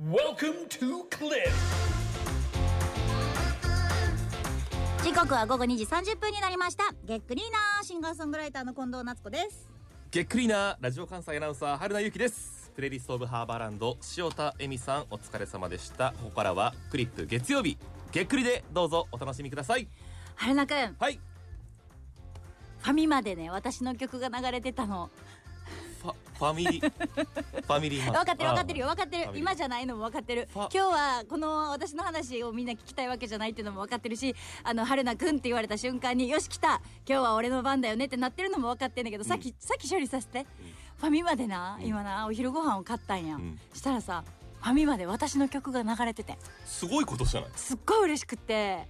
Welcome to Cliff. 時刻は午後2時30分になりましたゲックリーナーシンガーソングライターの近藤夏子ですげっくりなラジオ関西アナウンサー春名由紀ですプレリストオブハーバーランド塩田恵美さんお疲れ様でしたここからはクリップ月曜日げっくりでどうぞお楽しみください春菜くんフはいァミマでね私の曲が流れてたのファファミリーファミリーマート分かってる分かってるよあ分かってるファミリー今じゃないのも分かってるフ今ァ日はこの私の話をみんな聞きたいわけじゃないっていうのも分かってるしあの春菜くんって言われた瞬間によし来た今日は俺の番だよねってなってるのも分かってんだけど、さっきさっき処理させて、ファミマでな今なお昼ご飯を買ったんや、んしたらさファミマで私の曲が流れててすごいことじゃないすっごい嬉しくって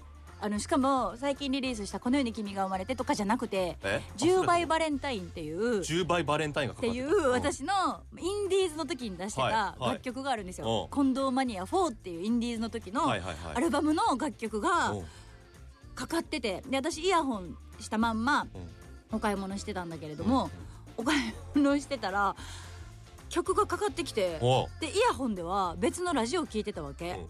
あのしかも最近リリースした「この世に君が生まれて」とかじゃなくてえ「10倍バレンタイン」っていうっ10倍バレンタインがかかてっているう私のインディーズの時に出してたはいはい楽曲があるんですおよ「う近藤マニア4」っていうインディーズの時のはいはいはいアルバムの楽曲がうんうんかかっててで私イヤホンしたまんまうんお買い物してたんだけれどもお買い物してたら曲がかかってきておうでイヤホンでは別のラジオを聞いてたわけ。うんうん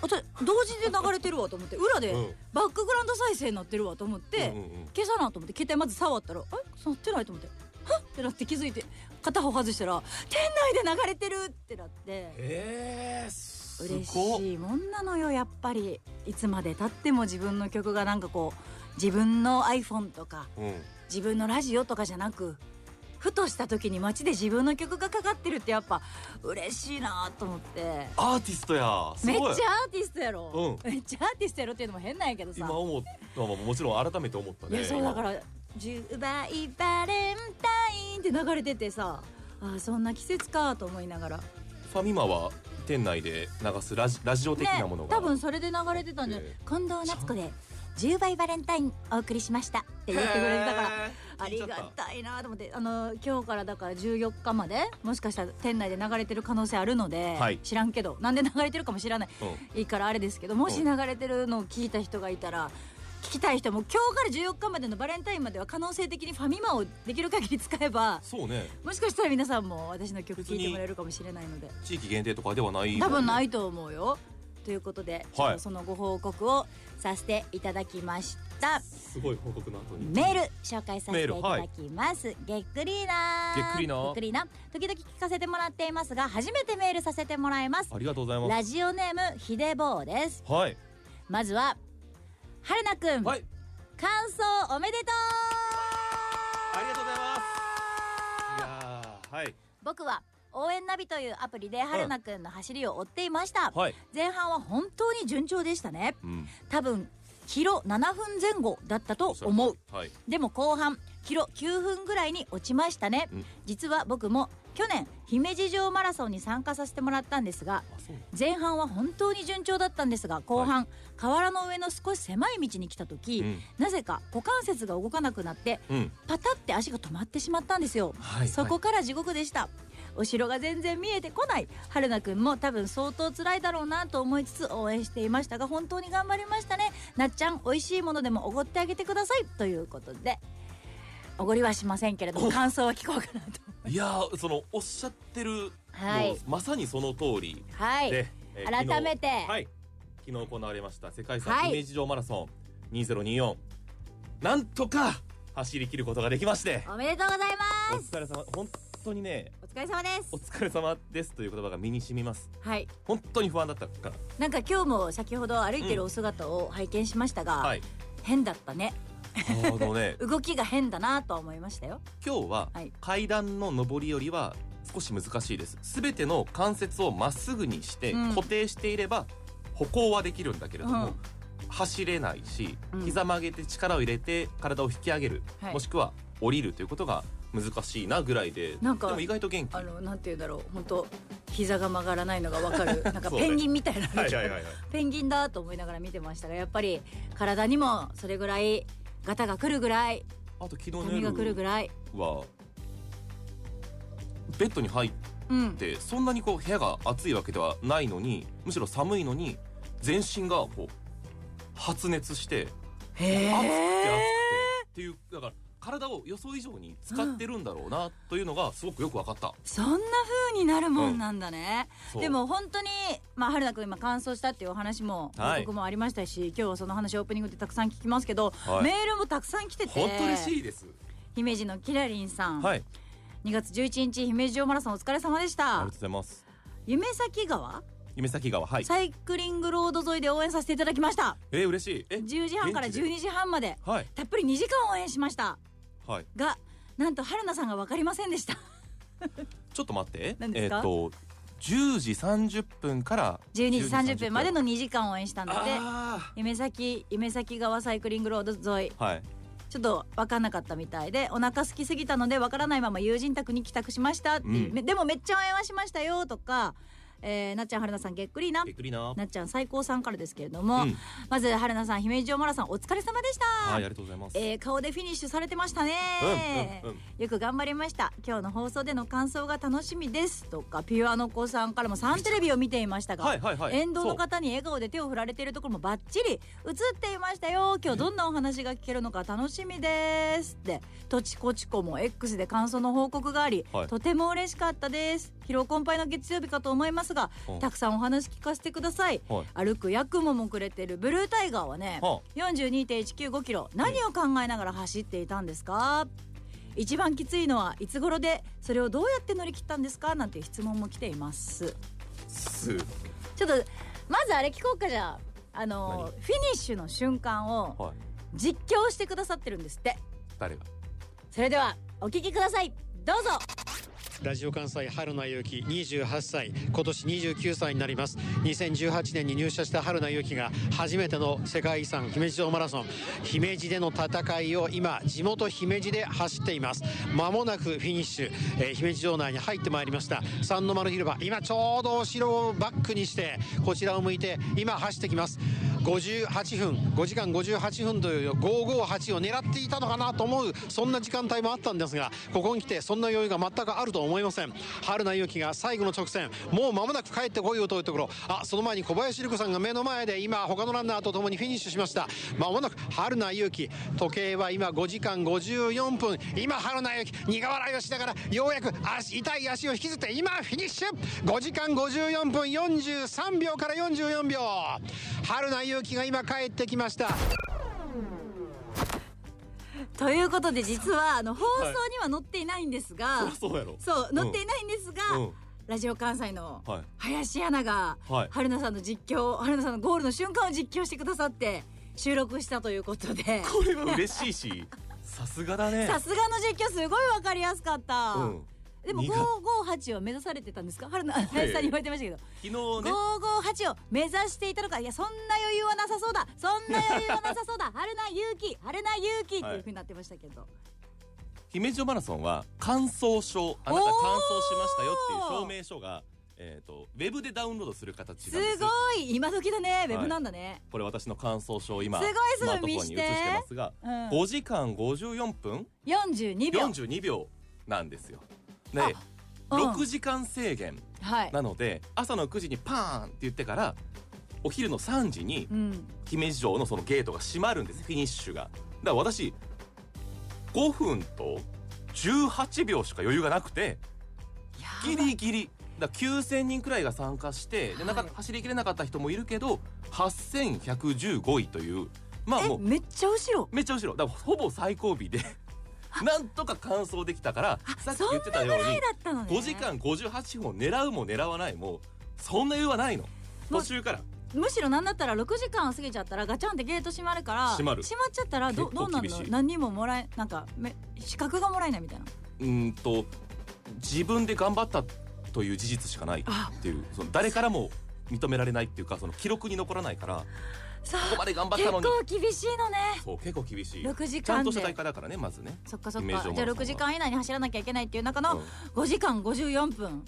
私同時で流れてるわと思って裏でうんバックグラウンド再生になってるわと思って、うんうんうん消さなと思って携帯まず触ったら「え触ってない?」と思って「はっ!」ってなって気づいて片方外したら「店内で流れてる!」ってなってえーす嬉ごっしいもんなのよやっぱりいつまでたっても自分の曲がなんかこう自分の iPhone とかうん自分のラジオとかじゃなくふとした時に街で自分の曲がかかってるってやっぱ嬉しいなと思って。アーティストやすめっちゃごアいーティストやろ、めっちゃアーティストやろっていうのも変なんやけどさ今思ったのはもちろん改めて思ったいねやそうだから「10倍バレンタイン」って流れててさあーそんな季節かと思いながらファミマは店内で流すラジラジオ的なものが、多分それで流れてたんじゃないえ近藤夏子で「10倍バレンタイン」お送りしましたって言ってくれてたからへーあ 聞いりちゃったがたいなと思ってあの今日からだから14日までもしかしたら店内で流れてる可能性あるので、はい知らんけどなんで流れてるかも知らない、ういいからあれですけどもし流れてるのを聞いた人がいたら。聞きたい人も今日から14日までのバレンタインまでは可能性的にファミマをできる限り使えばそうねもしかしたら皆さんも私の曲聴いてもらえるかもしれないので地域限定とかではないもんね多分ないと思うよということで、ちょっとそのご報告をさせていただきましたすごい報告の後にメール紹介させていメたールはだいきます、げっくりーなーげっくりーなーげっくりーな時々聞かせてもらっていますが初めてメールさせてもらいますありがとうございまラジオネームひでぼうですすはいまずははるなくん、はい感想おめでとうありがとうございますいやーはい僕は応援ナビというアプリではるなくんの走りを追っていました、はい前半は本当に順調でしたねうん多分キロ7分前後だったと思うはいでも後半キロ9分ぐらいに落ちましたね、うん実は僕も去年姫路城マラソンに参加させてもらったんですがあそう前半は本当に順調だったんですが後半、河原の上の少し狭い道に来た時、うんなぜか股関節が動かなくなってうんパタって足が止まってしまったんですよ、はいそこから地獄でした、お城が全然見えてこない春菜くんも多分相当辛いだろうなと思いつつ応援していましたが本当に頑張りましたねなっちゃん美味しいものでもおごってあげてくださいということでおごりはしませんけれどもお感想は聞こうかなといやーそのおっしゃってる、はいもうまさにその通りはい、で、えー改昨日めてはい昨日行われました世界遺産はい姫路城マラソン2024、なんとか走り切ることができましておめでとうございおます疲れ様本当にねお疲れ様ですお疲れ様ですという言葉が身に染みますはい本当に不安だったからなんか今日も先ほど歩いてるお姿を拝見しましたが、はい変だったねあのね動きが変だなとは思いましたよ今日ははい階段の上りよりは少し難しいですすべての関節をまっすぐにしてうん固定していれば歩行はできるんだけれども、うん走れないしうん膝曲げて力を入れて体を引き上げる、はいもしくは降りるということが難しいなぐらいでなんかでも意外と元気あのなんて言うんだろう本当膝が曲がらないのがわか るなんかそうペねンギンみたいな、 いペンギンだと思いながら見てましたがやっぱり体にもそれぐらいガタが来るぐらいあと昨日の波が来るぐ夜らいはベッドに入ってうんってそんなにこう部屋が暑いわけではないのにむしろ寒いのに全身がこう発熱してへ暑くて暑くてえっていうだから体を予想以上に使ってるんだろうなというのがすごくよく分かった。そんな風になるもんなんだね、そうでも本当にまあ春菜くん今乾燥したっていうお話もはい僕もありましたし、今日はその話オープニングでたくさん聞きますけど、はいメールもたくさん来てて本当嬉しいです。姫路のキラリンさん、はい。 2月11日姫路城マラソンお疲れ様でしありがとたうございます。夢咲川、夢先川はい。サイクリングロード沿いで応援させていただきましたえー、嬉しい。え、 10時半から現地で12時半まではいたっぷり2時間応援しましたはい。がなんと春菜さんが分かりませんでした ちょっと待って。何ですかえっと10時30分から12時30分までの2時間応援したので Ah. あ夢咲夢咲川サイクリングロード沿いあ。はい。ちょっと分かんなかったみたいでお腹空きすぎたので分からないまま友人宅に帰宅しましたっていう、うんめでもめっちゃ応援はしましたよとか、えーなっちゃん春菜さんげっくりなびっくりな。なっちゃん最高さんからですけれども、うんまず春菜さん姫路城マラソンお疲れ様でした、はい、ありがとうございます。えー顔でフィニッシュされてましたね、うんうんうんよく頑張りました今日の放送での感想が楽しみですとかピュアノコさんからもサンテレビを見ていましたが、はいはいはい。沿道の方に笑顔で手を振られているところもバッチリ映っていましたよ今日どんなお話が聞けるのか楽しみですってとちこちこも X で感想の報告があり、はいとても嬉しかったです疲労困憊の月曜日かと思いますがうんたくさんお話聞かせてくださいそう。はい。歩くヤクモもくれてるブルータイガーはねは42.195キロ何を考えながら走っていたんですか一番きついのはいつ頃でそれをどうやって乗り切ったんですかなんていう質問も来ていますあ。す。ちょっとまずあれ聞こうかじゃああのフィニッシュの瞬間をはい。実況してくださってるんですって誰が。それではお聞きくださいどうぞラジオ関西春名由紀28歳今年29歳になります2018年に入社した春名由紀が初めての世界遺産姫路城マラソン姫路での戦いを今地元姫路で走っています間もなくフィニッシュ、えー姫路城内に入ってまいりました三の丸広場今ちょうどお城をバックにしてこちらを向いて今走ってきます58分5時間58分という558を狙っていたのかなと思うそんな時間帯もあったんですがここに来てそんな余裕が全くあるとは思いません春名由紀が最後の直線もう間もなく帰ってこいよというところあその前に小林瑠子さんが目の前で今他のランナーと共にフィニッシュしました間もなく春名由紀時計は今5時間54分今春名由紀苦笑いをしながらようやく足痛い足を引きずって今フィニッシュ5時間54分43秒から44秒春名由紀が今帰ってきましたということで実はあの放送には載っていないんですが、そりゃそうやろ。そう載っていないんですが、うん。ラジオ関西のはい。林アナがはい春菜さんの実況春菜さんのゴールの瞬間を実況してくださって収録したということでこれは嬉しいし。さすがだね。さすがの実況すごいわかりやすかった、うん。でも苦558を目指されてたんですか春菜林さんに言われてましたけど昨日ね。 558を目指していたのかいやそんな余裕はなさそうだそんな余裕はなさそうだ 春菜勇気春菜勇気っていうふうになってましたけど、姫路城マラソンは乾燥症あなた乾燥しましたよっていう証明書が、えー、とウェブでダウンロードする形すなんですごい今時だねウェブなんだね、これ私の乾燥症を今すごいスマートフォンに見移ししててますが、うん、 5時間54分42秒42秒なんですよ。であうん6時間制限はい、なので朝の9時にパーンって言ってからお昼の3時にうん、姫路城のそのゲートが閉まるんですフィニッシュが。だから私5分と18秒しか余裕がなくて。やギばいリギリだから9000人くらいが参加して、でなかなか走りきれなかった人もいるけど8115位というまあえもうめっちゃ後ろめっちゃ後ろだからほぼ最後尾でなんとか完走できたからあさっき言ってたよそうんなぐらいにだったのね5時間58分を狙うも狙わないもそんな余裕はないのもう途中からむしろなんだったら6時間過ぎちゃったらガチャンってゲート閉まるから閉まるっちゃったらど結ど構うなん厳のしい何にももらえなんかめ資格がもらえないみたいなうーんと自分で頑張ったという事実しかないあっていうその誰からも認められないっていうかその記録に残らないからそうここまで頑張っ結たの構に厳しいのねそう結構厳しい6時間でちゃんとした大会だからねまずねそっかそっイメージかを持つじゃあのが6時間以内に走らなきゃいけないっていう中うのん5時間54分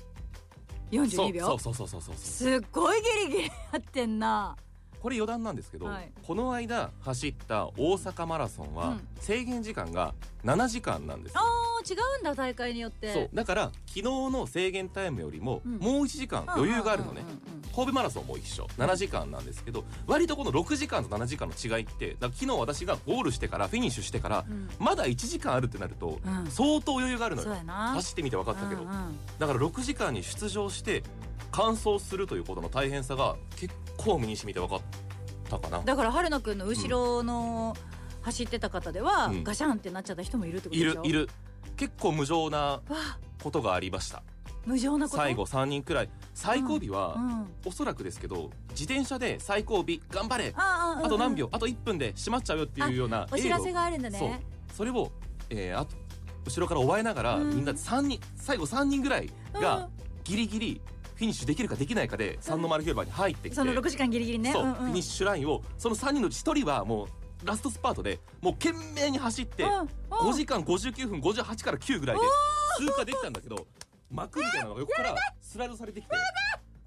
そ42う秒そうそうそうそうそうすっごいギリギリやってんなこれ余談なんですけど、はいこの間走った大阪マラソンうはん制限時間が7時間なんですあよ、ー違うんだ大会によってそうだから昨日の制限タイムよりもうんもう1時間余裕があるのね、うんうんうんうん神戸マラソンも一緒7時間なんですけど割とこの6時間と7時間の違いってだから昨日私がゴールしてからフィニッシュしてからうんまだ1時間あるってなるとうん相当余裕があるのそようやな走ってみて分かったけどうんうんだから6時間に出場して完走するということの大変さが結構身にしみて分かったかなだから春菜くんの後ろの走ってた方では、うんガシャンってなっちゃった人もいるってこといでるしょいる結構無情なわあことがありました無情なこと最後3人くらい最後尾は、うん、あおそらくですけど自転車で最後尾頑張れああと何秒秒、あと1分で閉まっちゃうよっていうようなお知らせをがあるんだねそうそれを、えーあと後ろから追われながら、うんみんな三人最後3人ぐらいうんがギリギリフィニッシュできるかできないかで三の丸広場に入ってきて、その6時間ギリギリねそう、んんフィニッシュラインをその3人のうち1人はもうラストスパートでもう懸命に走ってうんうん5時間59分58から9ぐらいで通過できたんだけど幕みたいなのが横からスライドされてきて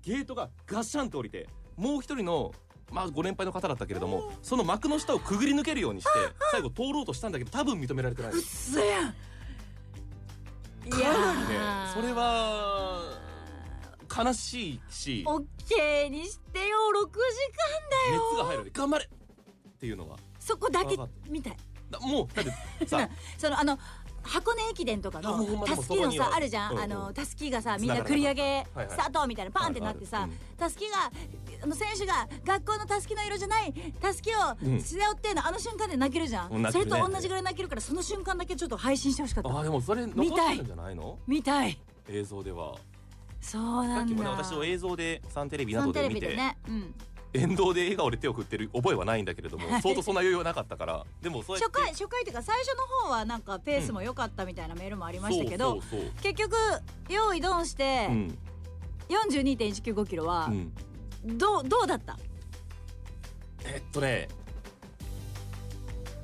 ゲートがガシャンと降りてもう一人のまあご年配の方だったけれどもその幕の下をくぐり抜けるようにして最後通ろうとしたんだけど多分認められてないかそやんいやなりねそれは悲しいしオッケーにしてよ6時間熱が入るで頑張れっていうのはそこだけわかったみたいだもうだっ てさそのあの箱根駅伝とかあほんのまでたもすそきこのにさはあるじゃうんんうんあのたすきがさみんな繰り上げスタートみたいなパンってなってさたすきがあの選手が学校のたすきの色じゃないたすきをうん背負ってんのあの瞬間で泣けるじゃん、うん泣けそるれねと同じぐらい泣けるからその瞬間だけちょっと配信してほしかっあた あでもそれ残ってるんじゃないのみたい映像ではそうさなっきんもだね私を映像でサンテレビなサどンテでレ見ビてでね、うん、沿道で笑顔で手を振ってる覚えはないんだけれどもはい相当そんな余裕はなかったからでもそうや初って回初回っていうか最初の方はなんかペースも良かったみたいなメールもありましたけど、そうそうそう結局用意ドンしてうん42.195キロはうんどうどうだったえっとね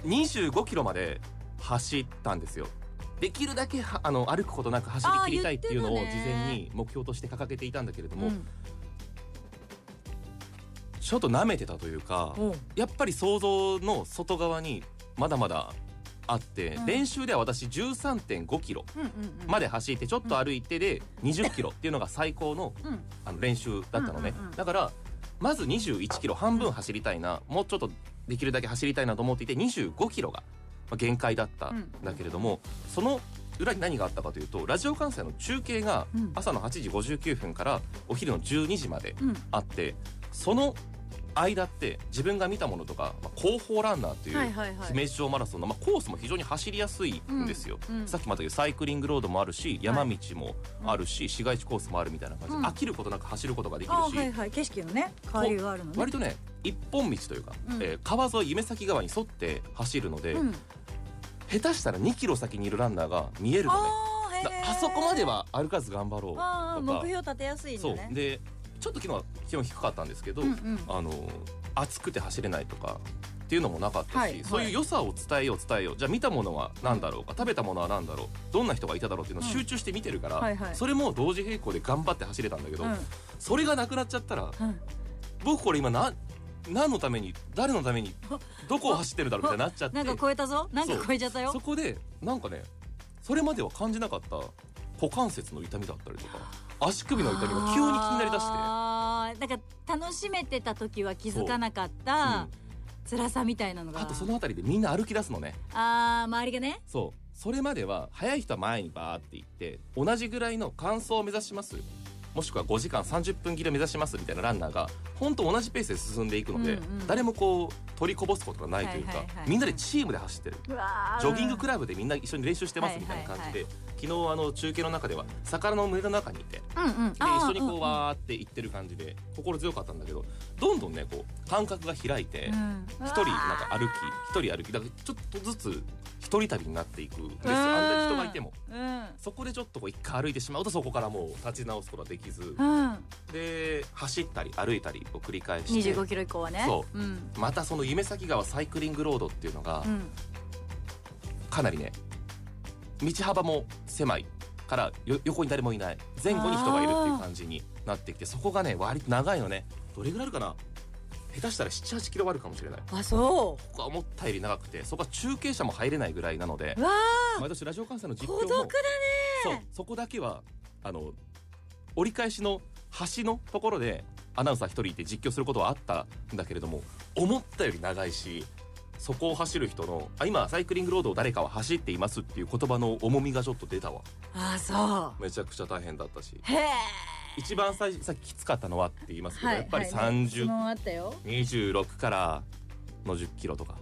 25キロまで走ったんですよできるだけはあの歩くことなく走り切りたいっていうのをあ事ー言ってたね前に目標として掲げていたんだけれども、うんちょっと舐めてたというかおうやっぱり想像の外側にまだまだあって、うん練習では私13.5キロうんうんうんまで走ってちょっと歩いてで20キロっていうのが最高のうんあの練習だったのうね、んうんうんだからまず21キロ半分走りたいなもうちょっとできるだけ走りたいなと思っていて25キロがまあ限界だったんだけれども、その裏に何があったかというとラジオ関西の中継がうん朝の8時59分からお昼の12時までうんあってその間って自分が見たものとか、まあ、広報ランナーというはいはいはい姫路城マラソンの、まあ、コースも非常に走りやすいんですよ、うんうんさっきもあったけどサイクリングロードもあるし山道もあるし、市街地コースもあるみたいな感じで、うん飽きることなく走ることができるあし、はいはい景色のね変わりがあるのね割とね一本道というか、うんえー川沿い夢先川に沿って走るので、うん下手したら2キロ先にいるランナーが見えるのねあーへだーあそこまでは歩かず頑張ろうとあかー目標立てやすいんだそうねでちょっと昨日は気温低かったんですけど、うんうんあの暑くて走れないとかっていうのもなかったし、はいはいそういう良さを伝えよう伝えようじゃあ見たものは何だろうか食べたものは何だろうどんな人がいただろうっていうのをうん集中して見てるから、はいはいそれも同時並行で頑張って走れたんだけど、うそれがなくなっちゃったらんうん僕これ今な何のために誰のためにどこを走ってるだろうみたいになっちゃってなんか超えたぞなんか超えちゃったよそこでなんかねそれまでは感じなかった股関節の痛みだったりとか足首の痛みが急に気になりだして。あーなんか楽しめてた時は気づかなかった辛さみたいなのがあとその辺りでみんな歩き出すのねあー周りがねそうそれまでは早い人は前にバーって行って同じぐらいの完走を目指しますもしくは5時間30分切りを目指しますみたいなランナーが本当同じペースで進んでいくので、うんうん誰もこう取りこぼすことがないというか、はいはいはいはいみんなでチームで走ってるうわージョギングクラブでみんな一緒に練習してますみたいな感じで、はいはい昨日あの中継の中では魚の群れの中にいてうんうんであー一緒にこんうんわーって行ってる感じで心強かったんだけどどんどんねこう感覚が開いて。うん一人なんか歩き一人歩きだからちょっとずつ一人旅になっていくんですようんあんなに人がいてもうんそこでちょっとこう一回歩いてしまうとそこからもう立ち直すことができずうんで走ったり歩いたりを繰り返し二十て五キロ以降はねそううんまたその夢先川サイクリングロードっていうのがうんかなりね道幅も狭いからよ横に誰もいない前後に人がいるっていう感じになってきてそこがね割と長いのねどれぐらいあるかな下手したら78キロはあるかもしれないあそここは思ったより長くてそこは中継車も入れないぐらいなのでううわ 毎年ラジオ関西のー実況も孤独だねそうそこだけはあの折り返しの橋のところでアナウンサー一人いて実況することはあったんだけれども思ったより長いしそこを走る人のあ今サイクリングロードを誰かは走っていますっていう言葉の重みがちょっと出たわああそめちゃくちゃ大変だったしうへえ一番最さっききつかったのはって言いますけど、はいやっぱりはい質30、問あったよ26からの10キロとか、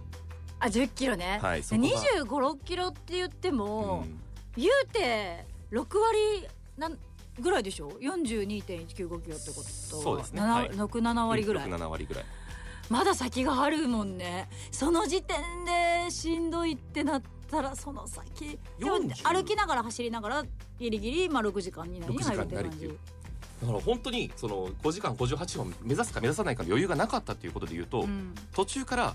あ10キロね、はいそこが2 5 6キロって言っても、うん言うて6割なんぐらいでしょ42.195キロってことそうですね七はい六7割ぐらい、 6 7割ぐらいまだ先があるもんねその時点でしんどいってなったらその先でも40歩きながら走りながらギリギリ、まあ、6時間になりに6時入るっ間にてなり感っていじうだから本当にその5時間58分を目指すか目指さないかの余裕がなかったっていうことで言うと、うん途中から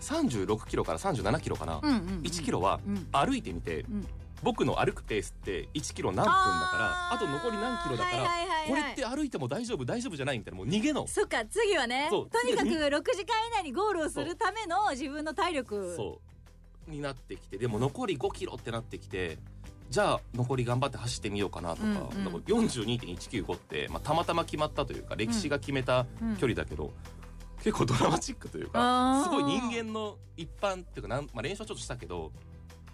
36キロから37キロかな、うんうんうん1キロはうん歩いてみて、ん僕の歩くペースって1キロ何分だからあと残り何キロだから、はいはいはいこはいれって歩いても大丈夫大丈夫じゃないみたいなもう逃げのそっか次はねそとうにかく6時間以内にゴールをするための自分の体力そうになってきてでも残り5キロってなってきてじゃあ残り頑張って走ってみようかなとか,、うんなんかうん42.195って、まあ、たまたま決まったというか歴史が決めたうん距離だけど、結構ドラマチックというあかーすごい人間の一般っていうかなん、まあ、練習はちょっとしたけど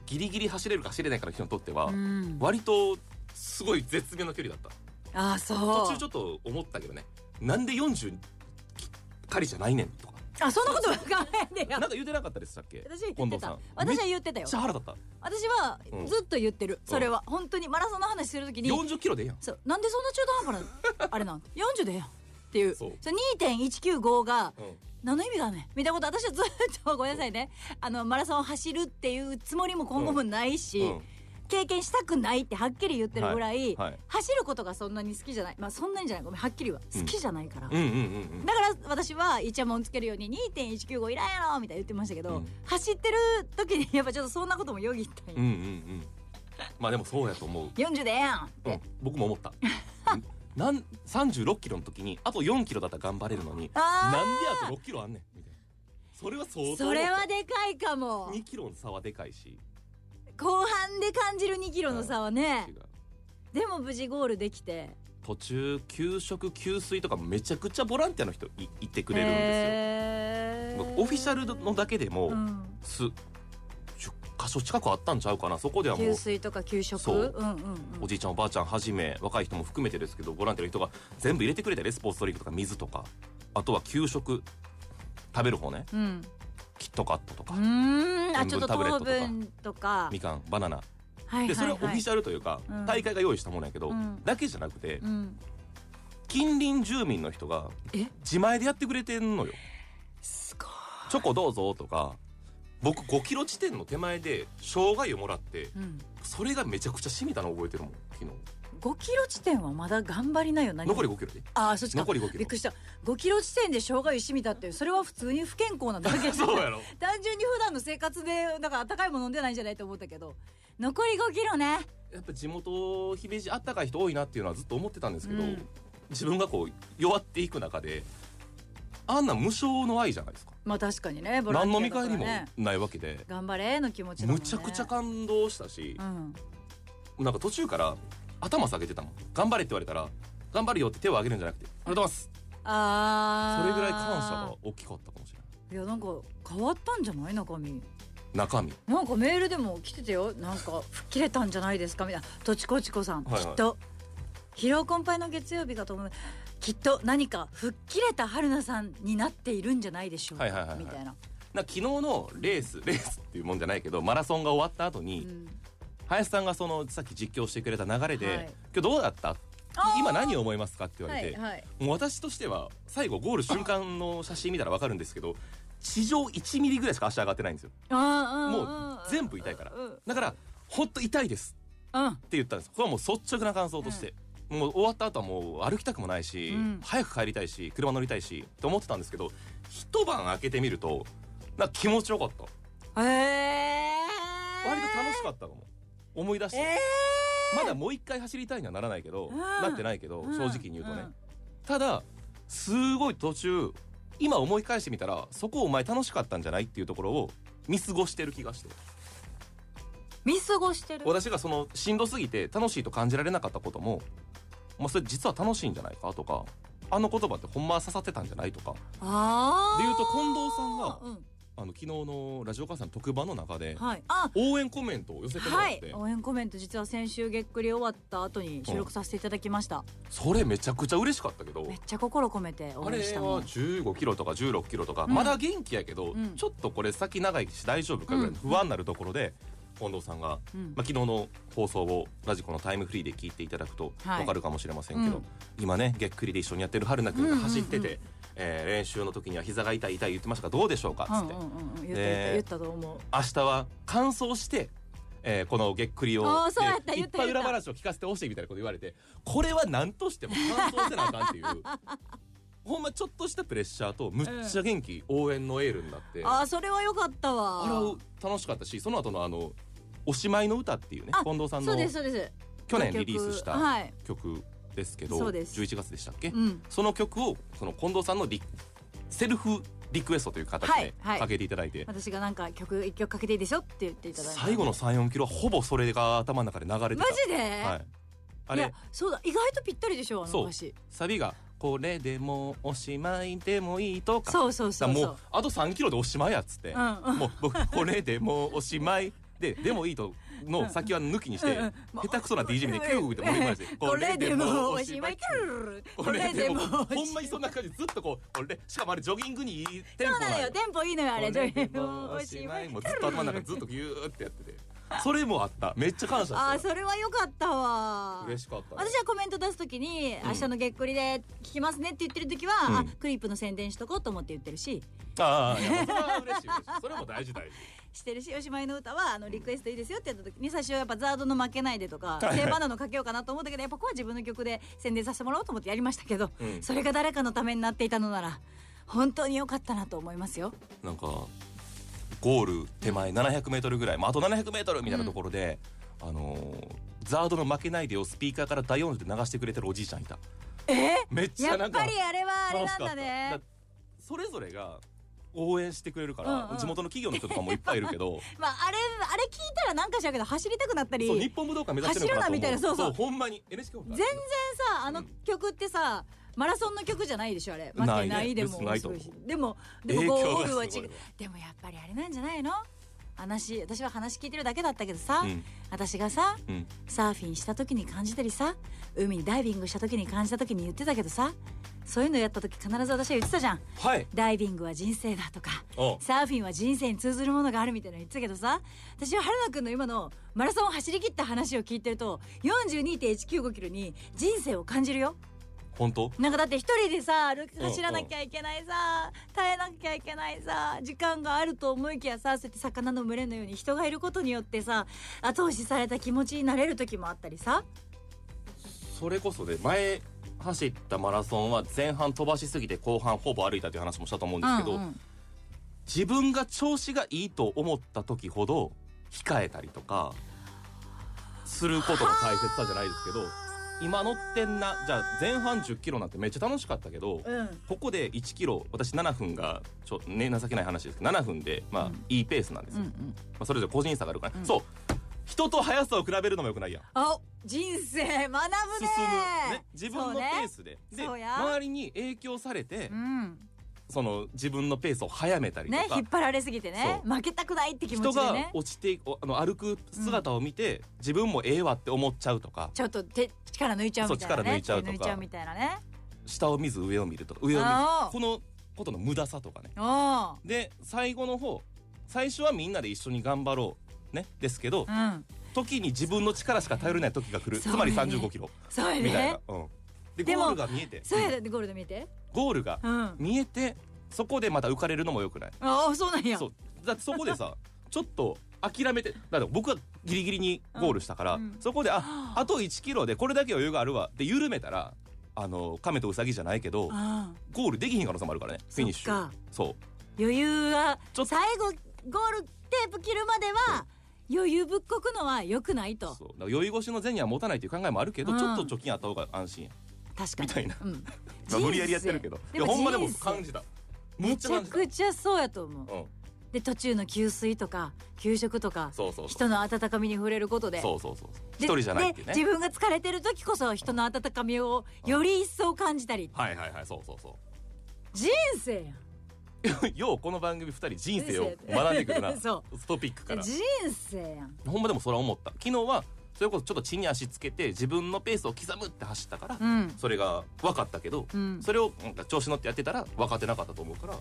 ギリギリ走れるか走れないかの人にとっては、うん割とすごい絶妙な距離だったああそう途中ちょっと思ったけどねなんで40仮じゃないねんとかあそんなことは考えねえなよんか言ってなかったでしたっけ私は言近って藤さたん私は言ってためよっちゃ腹立った私はうんずっと言ってる、それは本当にマラソンの話するときに40キロでええやんそうなんでそんな中途半端なのあれなん40でええやんっていうそうそれ2.195がうん何の意味がね見たいなこと私はずっとごめんなさいねあのマラソンを走るっていうつもりも今後もないし、経験したくないってはっきり言ってるぐらい、うんはい、走ることがそんなに好きじゃないまあそんなにじゃないごめんはっきりは好きじゃないから、うんうんだから私はイチャモンつけるように2.195いらんやろみたいな言ってましたけど、うん走ってる時にやっぱちょっとそんなこともよぎったんうんうんうよ、んうんまあでもそうやと思う、 40でええやんっうてん、僕も思 ったうんなん36キロの時にあと4キロだったら頑張れるのにあーなんであと6キロあんねんみたいなそれは相当それはでかいかも2キロの差はでかいし後半で感じる2キロの差はね違うでも無事ゴールできて途中給食給水とかめちゃくちゃボランティアの人いいてくれるんでへすーよ、オフィシャルのだけでも、うんす10箇所近くあったんちゃうかなそこではも給う水とか給食そううんうんうおんじいちゃんおばあちゃんはじめ若い人も含めてですけどボランティアの人が全部入れてくれたよねスポーツドリンクとか水とかあとは給食食べる方ねうんキットカットとかうーんあちょっとタブレ糖ットとか分とかみかんバナナはいはでいそれはオフはィいシャルというかうん大会が用意したものやけどうんだけじゃなくてうん近隣住民の人がえ自前でやってくれてんのよすごいチョコどうぞとか僕5キロ地点の手前で生姜湯もらってうんそれがめちゃくちゃしみたの覚えてるもん昨日5キロ地点はまだ頑張りなよ何残り5キロでああそっちか残り5キびロっくりした5キロ地点で生姜湯しみたってそれは普通に不健康なだけで そうやろ 単純に普段の生活でだから温かいもの飲んでないんじゃないと思ったけど残り5キロねやっぱ地元姫路あったかい人多いなっていうのはずっと思ってたんですけど、うん自分がこう弱っていく中であんな無償の愛じゃないですか、まあ確かにねボラン何テのィア見とか返りもねないわけで、頑張れの気持ちだもんむねちゃくちゃ感動したしう、んなんか途中から頭下げてたもん頑張れって言われたら頑張るよって手を挙げるんじゃなくてありがとうございますああそれぐらい感謝が大きかったかもしれないいやなんか変わったんじゃない中身中身なんかメールでも来ててよなんか吹っ切れたんじゃないですかみたいなとちこちこさん、はいはいきっと疲労困憊の月曜日かと思うきっと何か吹っ切れた春菜さんになっているんじゃないでしょうか、はいはいはいはいみたいな、なんか昨日のレース レースっていうもんじゃないけどマラソンが終わった後うに、ん、林さんがそのさっき実況してくれた流れで、はい今日どうだったあー今何を思いますかって言わはれいて、はいもう私としては最後ゴール瞬間の写真見たらわかるんですけど地上1ミリぐらいしか足上がってないんですよもあう全部痛いからうんだからほんと痛いですうんって言ったんですこれはもう率直な感想として、もう終わった後はもう歩きたくもないし、うん早く帰りたいし車乗りたいしと思ってたんですけど一晩開けてみるとなんか気持ちよかったへえ割と楽しかったかも思い出して、えまだもう一回走りたいにはならないけど、うんなってないけど、ー正直に言うとね、んただすごい途中今思い返してみたらそこお前楽しかったんじゃないっていうところを見過ごしてる気がして見過ごしてる私がそのしんどすぎて楽しいと感じられなかったことも、まあ、それ実は楽しいんじゃないかとかあの言葉ってほんまは刺さってたんじゃないとかああで言うと近藤さんがうんあの昨日のラジオ母さんの特番の中ではい、あ応援コメントを寄せてもらはっいて、応援コメント実は先週げっくり終わった後に収録させていただきました、それめちゃくちゃ嬉しかったけどめっちゃ心込めてあ応れ援したもはん15キロとか16キロとか、うんまだ元気やけど、うんちょっとこれ先長いし大丈夫かぐらいの不安になるところで、近藤さんが、うんまあ、昨日の放送をラジコのタイムフリーで聞いていただくとはい分かるかもしれませんけど、うん今ねげっくりで一緒にやってる春菜くんが走ってて、うんうんうんえー練習の時には膝が痛い痛い言ってましたがどうでしょうかうっつっんて、うんうんうん言った言った、で言ったと思う明日は完走して、えーこのげっくりをあーそうやったでい言っったぱい言った裏話を聞かせてほしいみたいなこと言われてこれは何としても完走せなあかん っていうほんまちょっとしたプレッシャーとむっちゃ元気、応援のエールになってあああそれは良かったわれは楽しかったしその後のあの「おしまいの歌」っていうねあ近藤さんそのうですそうです去年リリース楽曲したはい曲ですけどそうです11月でしたっうけ、んその曲をその近藤さんのリセルフリクエストという形はいではいかけていただいて、私がなんか曲一曲かけていいでしょって言っていただいた最後の34キロはほぼそれが頭の中で流れてマたジで、はい、あいやれそうだ意外とぴったりでしょあのそう歌詞サビが「これでもおしまいでもいい」とかそうそうそうそうだからもうあと3キロでおしまいやっつって、うんうんもう僕「これでもおしまい」で「でもいい」との先は抜きにして、うんうんもう下手くそな DJ みたいにキューって盛り込まれて「これでもおしまいこれでこもれでもほんまにそんな感じずっとこうこれしかもあれジョギングにいいテそンポうなのよテンポいいのよあれこれでもおしまいもうずっと頭の中でずっとギューってやっててそれもあっためっちゃ感謝あーしてそれは良かったわ嬉しかったね私はコメント出すときに、うん明日のげっくりで聞きますねって言ってるときは、うんあクリップの宣伝しとこうと思って言ってるしああいやそれは嬉しい嬉しいそれも大事大事してるしおしまいの歌はあのリクエストいいですよって言った時に最初はやっぱザードの負けないでとかはいはい聖バナのかけようかなと思ったけどやっぱここは自分の曲で宣伝させてもらおうと思ってやりましたけど、うんそれが誰かのためになっていたのなら本当に良かったなと思いますよ。なんかゴール手前 700m ぐらい、まあ、あと 700m みたいなところで、あのーザードの「負けないで」をスピーカーから大音量で流してくれてるおじいちゃんいたえめっちやゃっなんかぱりあれはあれ楽なしんかだったねだ。それぞれが応援してくれるから、うんうん地元の企業の人とかもいっぱいいる けどまああれあれ聞いたらなんかしらけど走りたくなったりそう日本武道館目指してるのかなと思走るなみうたいなそうそうほんまに NHK ホール全だ然さあの曲ってさ、マラソンの曲じゃないでしょあれ負けないでもないね別にないと思うすごいしでもでもゴ影響ーがルは違うすごいわでもやっぱりあれなんじゃないの話私は話聞いてるだけだったけどさ、うん私がさうんサーフィンした時に感じたりさ海にダイビングした時に感じた時に言ってたけどさそういうのやった時必ず私は言ってたじゃんはいダイビングは人生だとかおサーフィンは人生に通ずるものがあるみたいなの言ってたけどさ私は春菜くんの今のマラソンを走り切った話を聞いてると42.195キロに人生を感じるよ本当なんかだって一人でさ歩うん走らなきゃいけないさ耐えなきゃいけないさ時間があると思いきやさそうやって魚の群れのように人がいることによってさ後押しされた気持ちになれる時もあったりさそれこそで前走ったマラソンは前半飛ばしすぎて後半ほぼ歩いたという話もしたと思うんですけど、うんうん自分が調子がいいと思った時ほど控えたりとかすることの大切さじゃないですけど今乗ってんなじゃあ前半1 0キロなんてめっちゃ楽しかったけど、うんここで1キロ私7分がちょ、ね、情けない話ですけど7分でまあ、いいペースなんですうよ、んうまんあ、それぞれ個人差があるから、うんそう人と速さを比べるのもよくないやんあ人生学ぶね進む、ね、自分のペーそうねスで、でそうや周りに影響されて、うんその自分のペースを早めたりとねか、引っ張られすぎてね負けたくないって気持人ちでがね落ちておあの歩く姿を見て、自分もええわって思っちゃうとかちょっと手力抜いちゃうみたいなねそう力抜いちゃうとか手みたいなね下を見ず上を見ると上を見るあーこのことの無駄さとかねおーで最後の方最初はみんなで一緒に頑張ろうねですけど、うん時に自分の力しか頼れない時が来る、そうつまりね3 5キロそうやみたいねな、うん、ででもゴールが見えてそうやでゴールド見てゴールがうんあ見えてそこでまた浮かれるのもよくないあそうなんやそうだってそこで さちょっと諦めてだって僕はギリギリにゴールしたから、うんうんそこでああと1キロでこれだけ余裕があるわで緩めたらあの亀とウサギじゃないけどああゴールできひん可能性もあるからねフィニッシそっュかそう余裕はちょっと最後ゴールテープ切るまでは余裕ぶっこくのは良くないとそうだから酔い越しの銭は持たないという考えもあるけど、うんちょっと貯金あった方が安心や、確かにみたいなうん まあ無理やりやってるけど人生いやほんまでも人生感じたむめっちちゃゃ感じたくちゃそうやと思ううんで途中の給水とか給食とかそうそうそう人の温かみに触れることでそうそうそうそう一で人じゃないっていうでね自分が疲れてる時こそ人の温かみをより一層感じたりはいはいはいそうそうそう人生やんよう この番組2人人生を学んでくる なそトピックから人生やんほんまでもそれは思った昨日はそれこそちょっと地に足つけて自分のペースを刻むって走ったから、うんそれが分かったけど、うんそれをなんか調子乗ってやってたら分かってなかったと思うから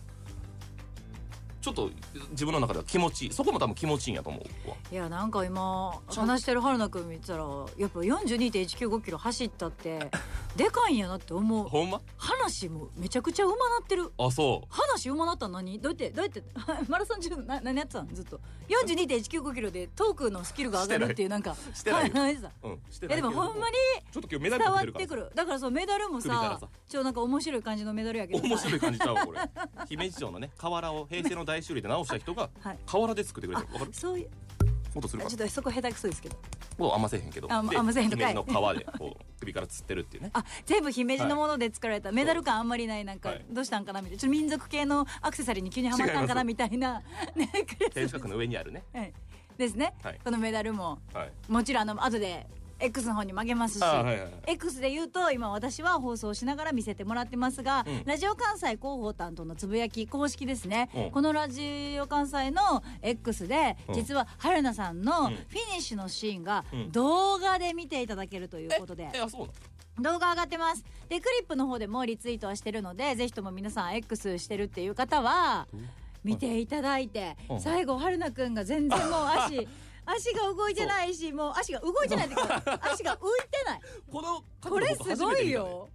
ちょっと自分の中では気持ちいいそこも多分気持ちいいんやと思うわいやなんか今ちゃん話してる春菜くん見てたらやっぱ42.195キロ走ったって でかいんやなって思うほんま話もめちゃくちゃうまなってるあそう話うまなったの何どうやってどうやって マラソン中な何やってたんずっと42.195キロでトークのスキルが上がるっていうなんかしてない よはい話してたうんしていやでもほんまににちょっと今日メダ伝ル取っわてっるかてらくるだからそうメダルも首かさらさちょっとなんか面白い感じのメダルやけどさ面白い感じちゃうわこれ姫路城のね瓦を平成の大修理で直した人がはい瓦で作ってくれたのわかるそういう音すあるかちょっとそこ下手くそですけどらをあんませえへんけどあであんませえへんのかい姫路の川でこう首から吊ってるっ ていうねあ全部姫路のもので作られた、メダル感あんまりないなんか、はいどうしたんかなみたいなちょっと民族系のアクセサリーに急にはまったんかな違いますみたいなねクレス天守閣の上にあるねはいですね、はいこのメダルも はいもちろんあの後で X の方に曲げますし、あはいはいはい X で言うと今私は放送しながら見せてもらってますが、うんラジオ関西広報担当のつぶやき公式ですね、うんこのラジオ関西の X で、うん実は春菜さんのうフィんニッシュのシーンがうん動画で見ていただけるということで、えあそうなの動画上がってますでクリップの方でもリツイートはしてるのでぜひとも皆さん X してるっていう方は見ていただいて、うん最後春菜くんが全然もう 足足が動いてないしもう足が動いてないっていうか足が浮いてないこの角こ度れ僕す初めごてい見たねよ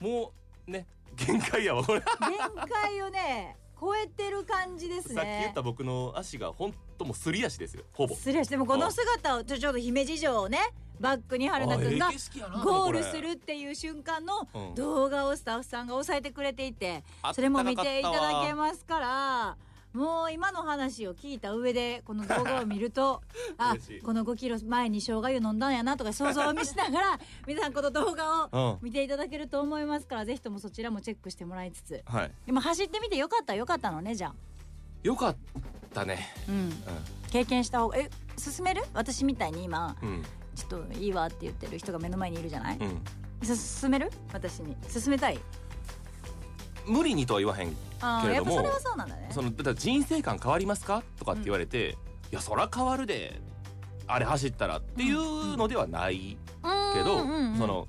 もうね限界やわこれさ限界をね超えてる感じですっき言ねった僕の足がほんともうすり足ですよほぼ失礼してもこの姿をちょちょうど姫路城をねバックに春菜くんあがええ景色やなゴーこれルするっていう瞬間のうん動画をスタッフさんが押さえてくれていてそれも見ていただけますからもう今の話を聞いた上でこの動画を見る とあ嬉しいこの5キロ前に生姜湯飲んだんやなとか想像を見しながら皆さんこの動画をうん見ていただけると思いますからぜひともそちらもチェックしてもらいつつはい今走ってみてよかったよかったのねじゃあ、よかったねうん、経験した方がえ進める私みたいに今うんうんちょっといいわって言ってる人が目の前にいるじゃない、うんす進める私に進めたい無理にとは言わへんあけあれやどっぱもそれはそうなんだねそのだから人生観変わりますかとかって言われて、いやそら変わるであれ走ったらっていうのではないけど、うんうんうんその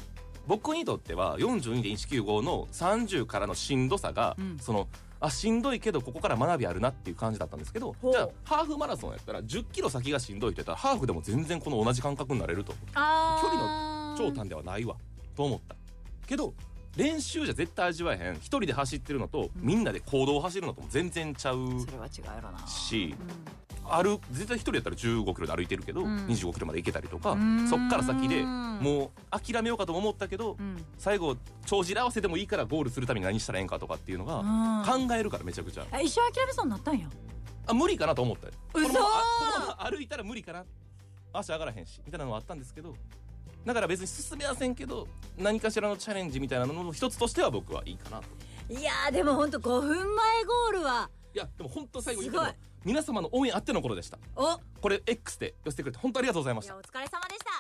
僕にとっては42.195の30からのしんどさが、うんそのあしんどいけどここから学びあるなっていう感じだったんですけどほうじゃあハーフマラソンやったら1 0キロ先がしんどい人やったらハーフでも全然この同じ感覚になれるとあー距離の長短ではないわと思ったけど練習じゃ絶対味わえへん一人で走ってるのと、うんみんなで行動を走るのとも全然ちゃうそれは違うやろなし歩絶対一人やったら1 5キロで歩いてるけど、うん2 5キロまで行けたりとか、うんそっから先でもう諦めようかとも思ったけど、うん、うん最後帳尻合わせでもいいからゴールするために何したらええんかとかっていうのが、考えるからめちゃくちゃあ一生諦めそうになったんやあ無理かなと思ったよこ嘘のままあこのまま歩いたら無理かな足上がらへんしみたいなのはあったんですけどだから別に進めませんけど何かしらのチャレンジみたいなのの一つとしては僕はいいかなといやーでもほんと5分前ゴールはいやでも本当最後言ったのすは皆様の応援あっての頃でしたおこれ X で寄せてくれて本当ありがとうございまいしたやお疲れ様でした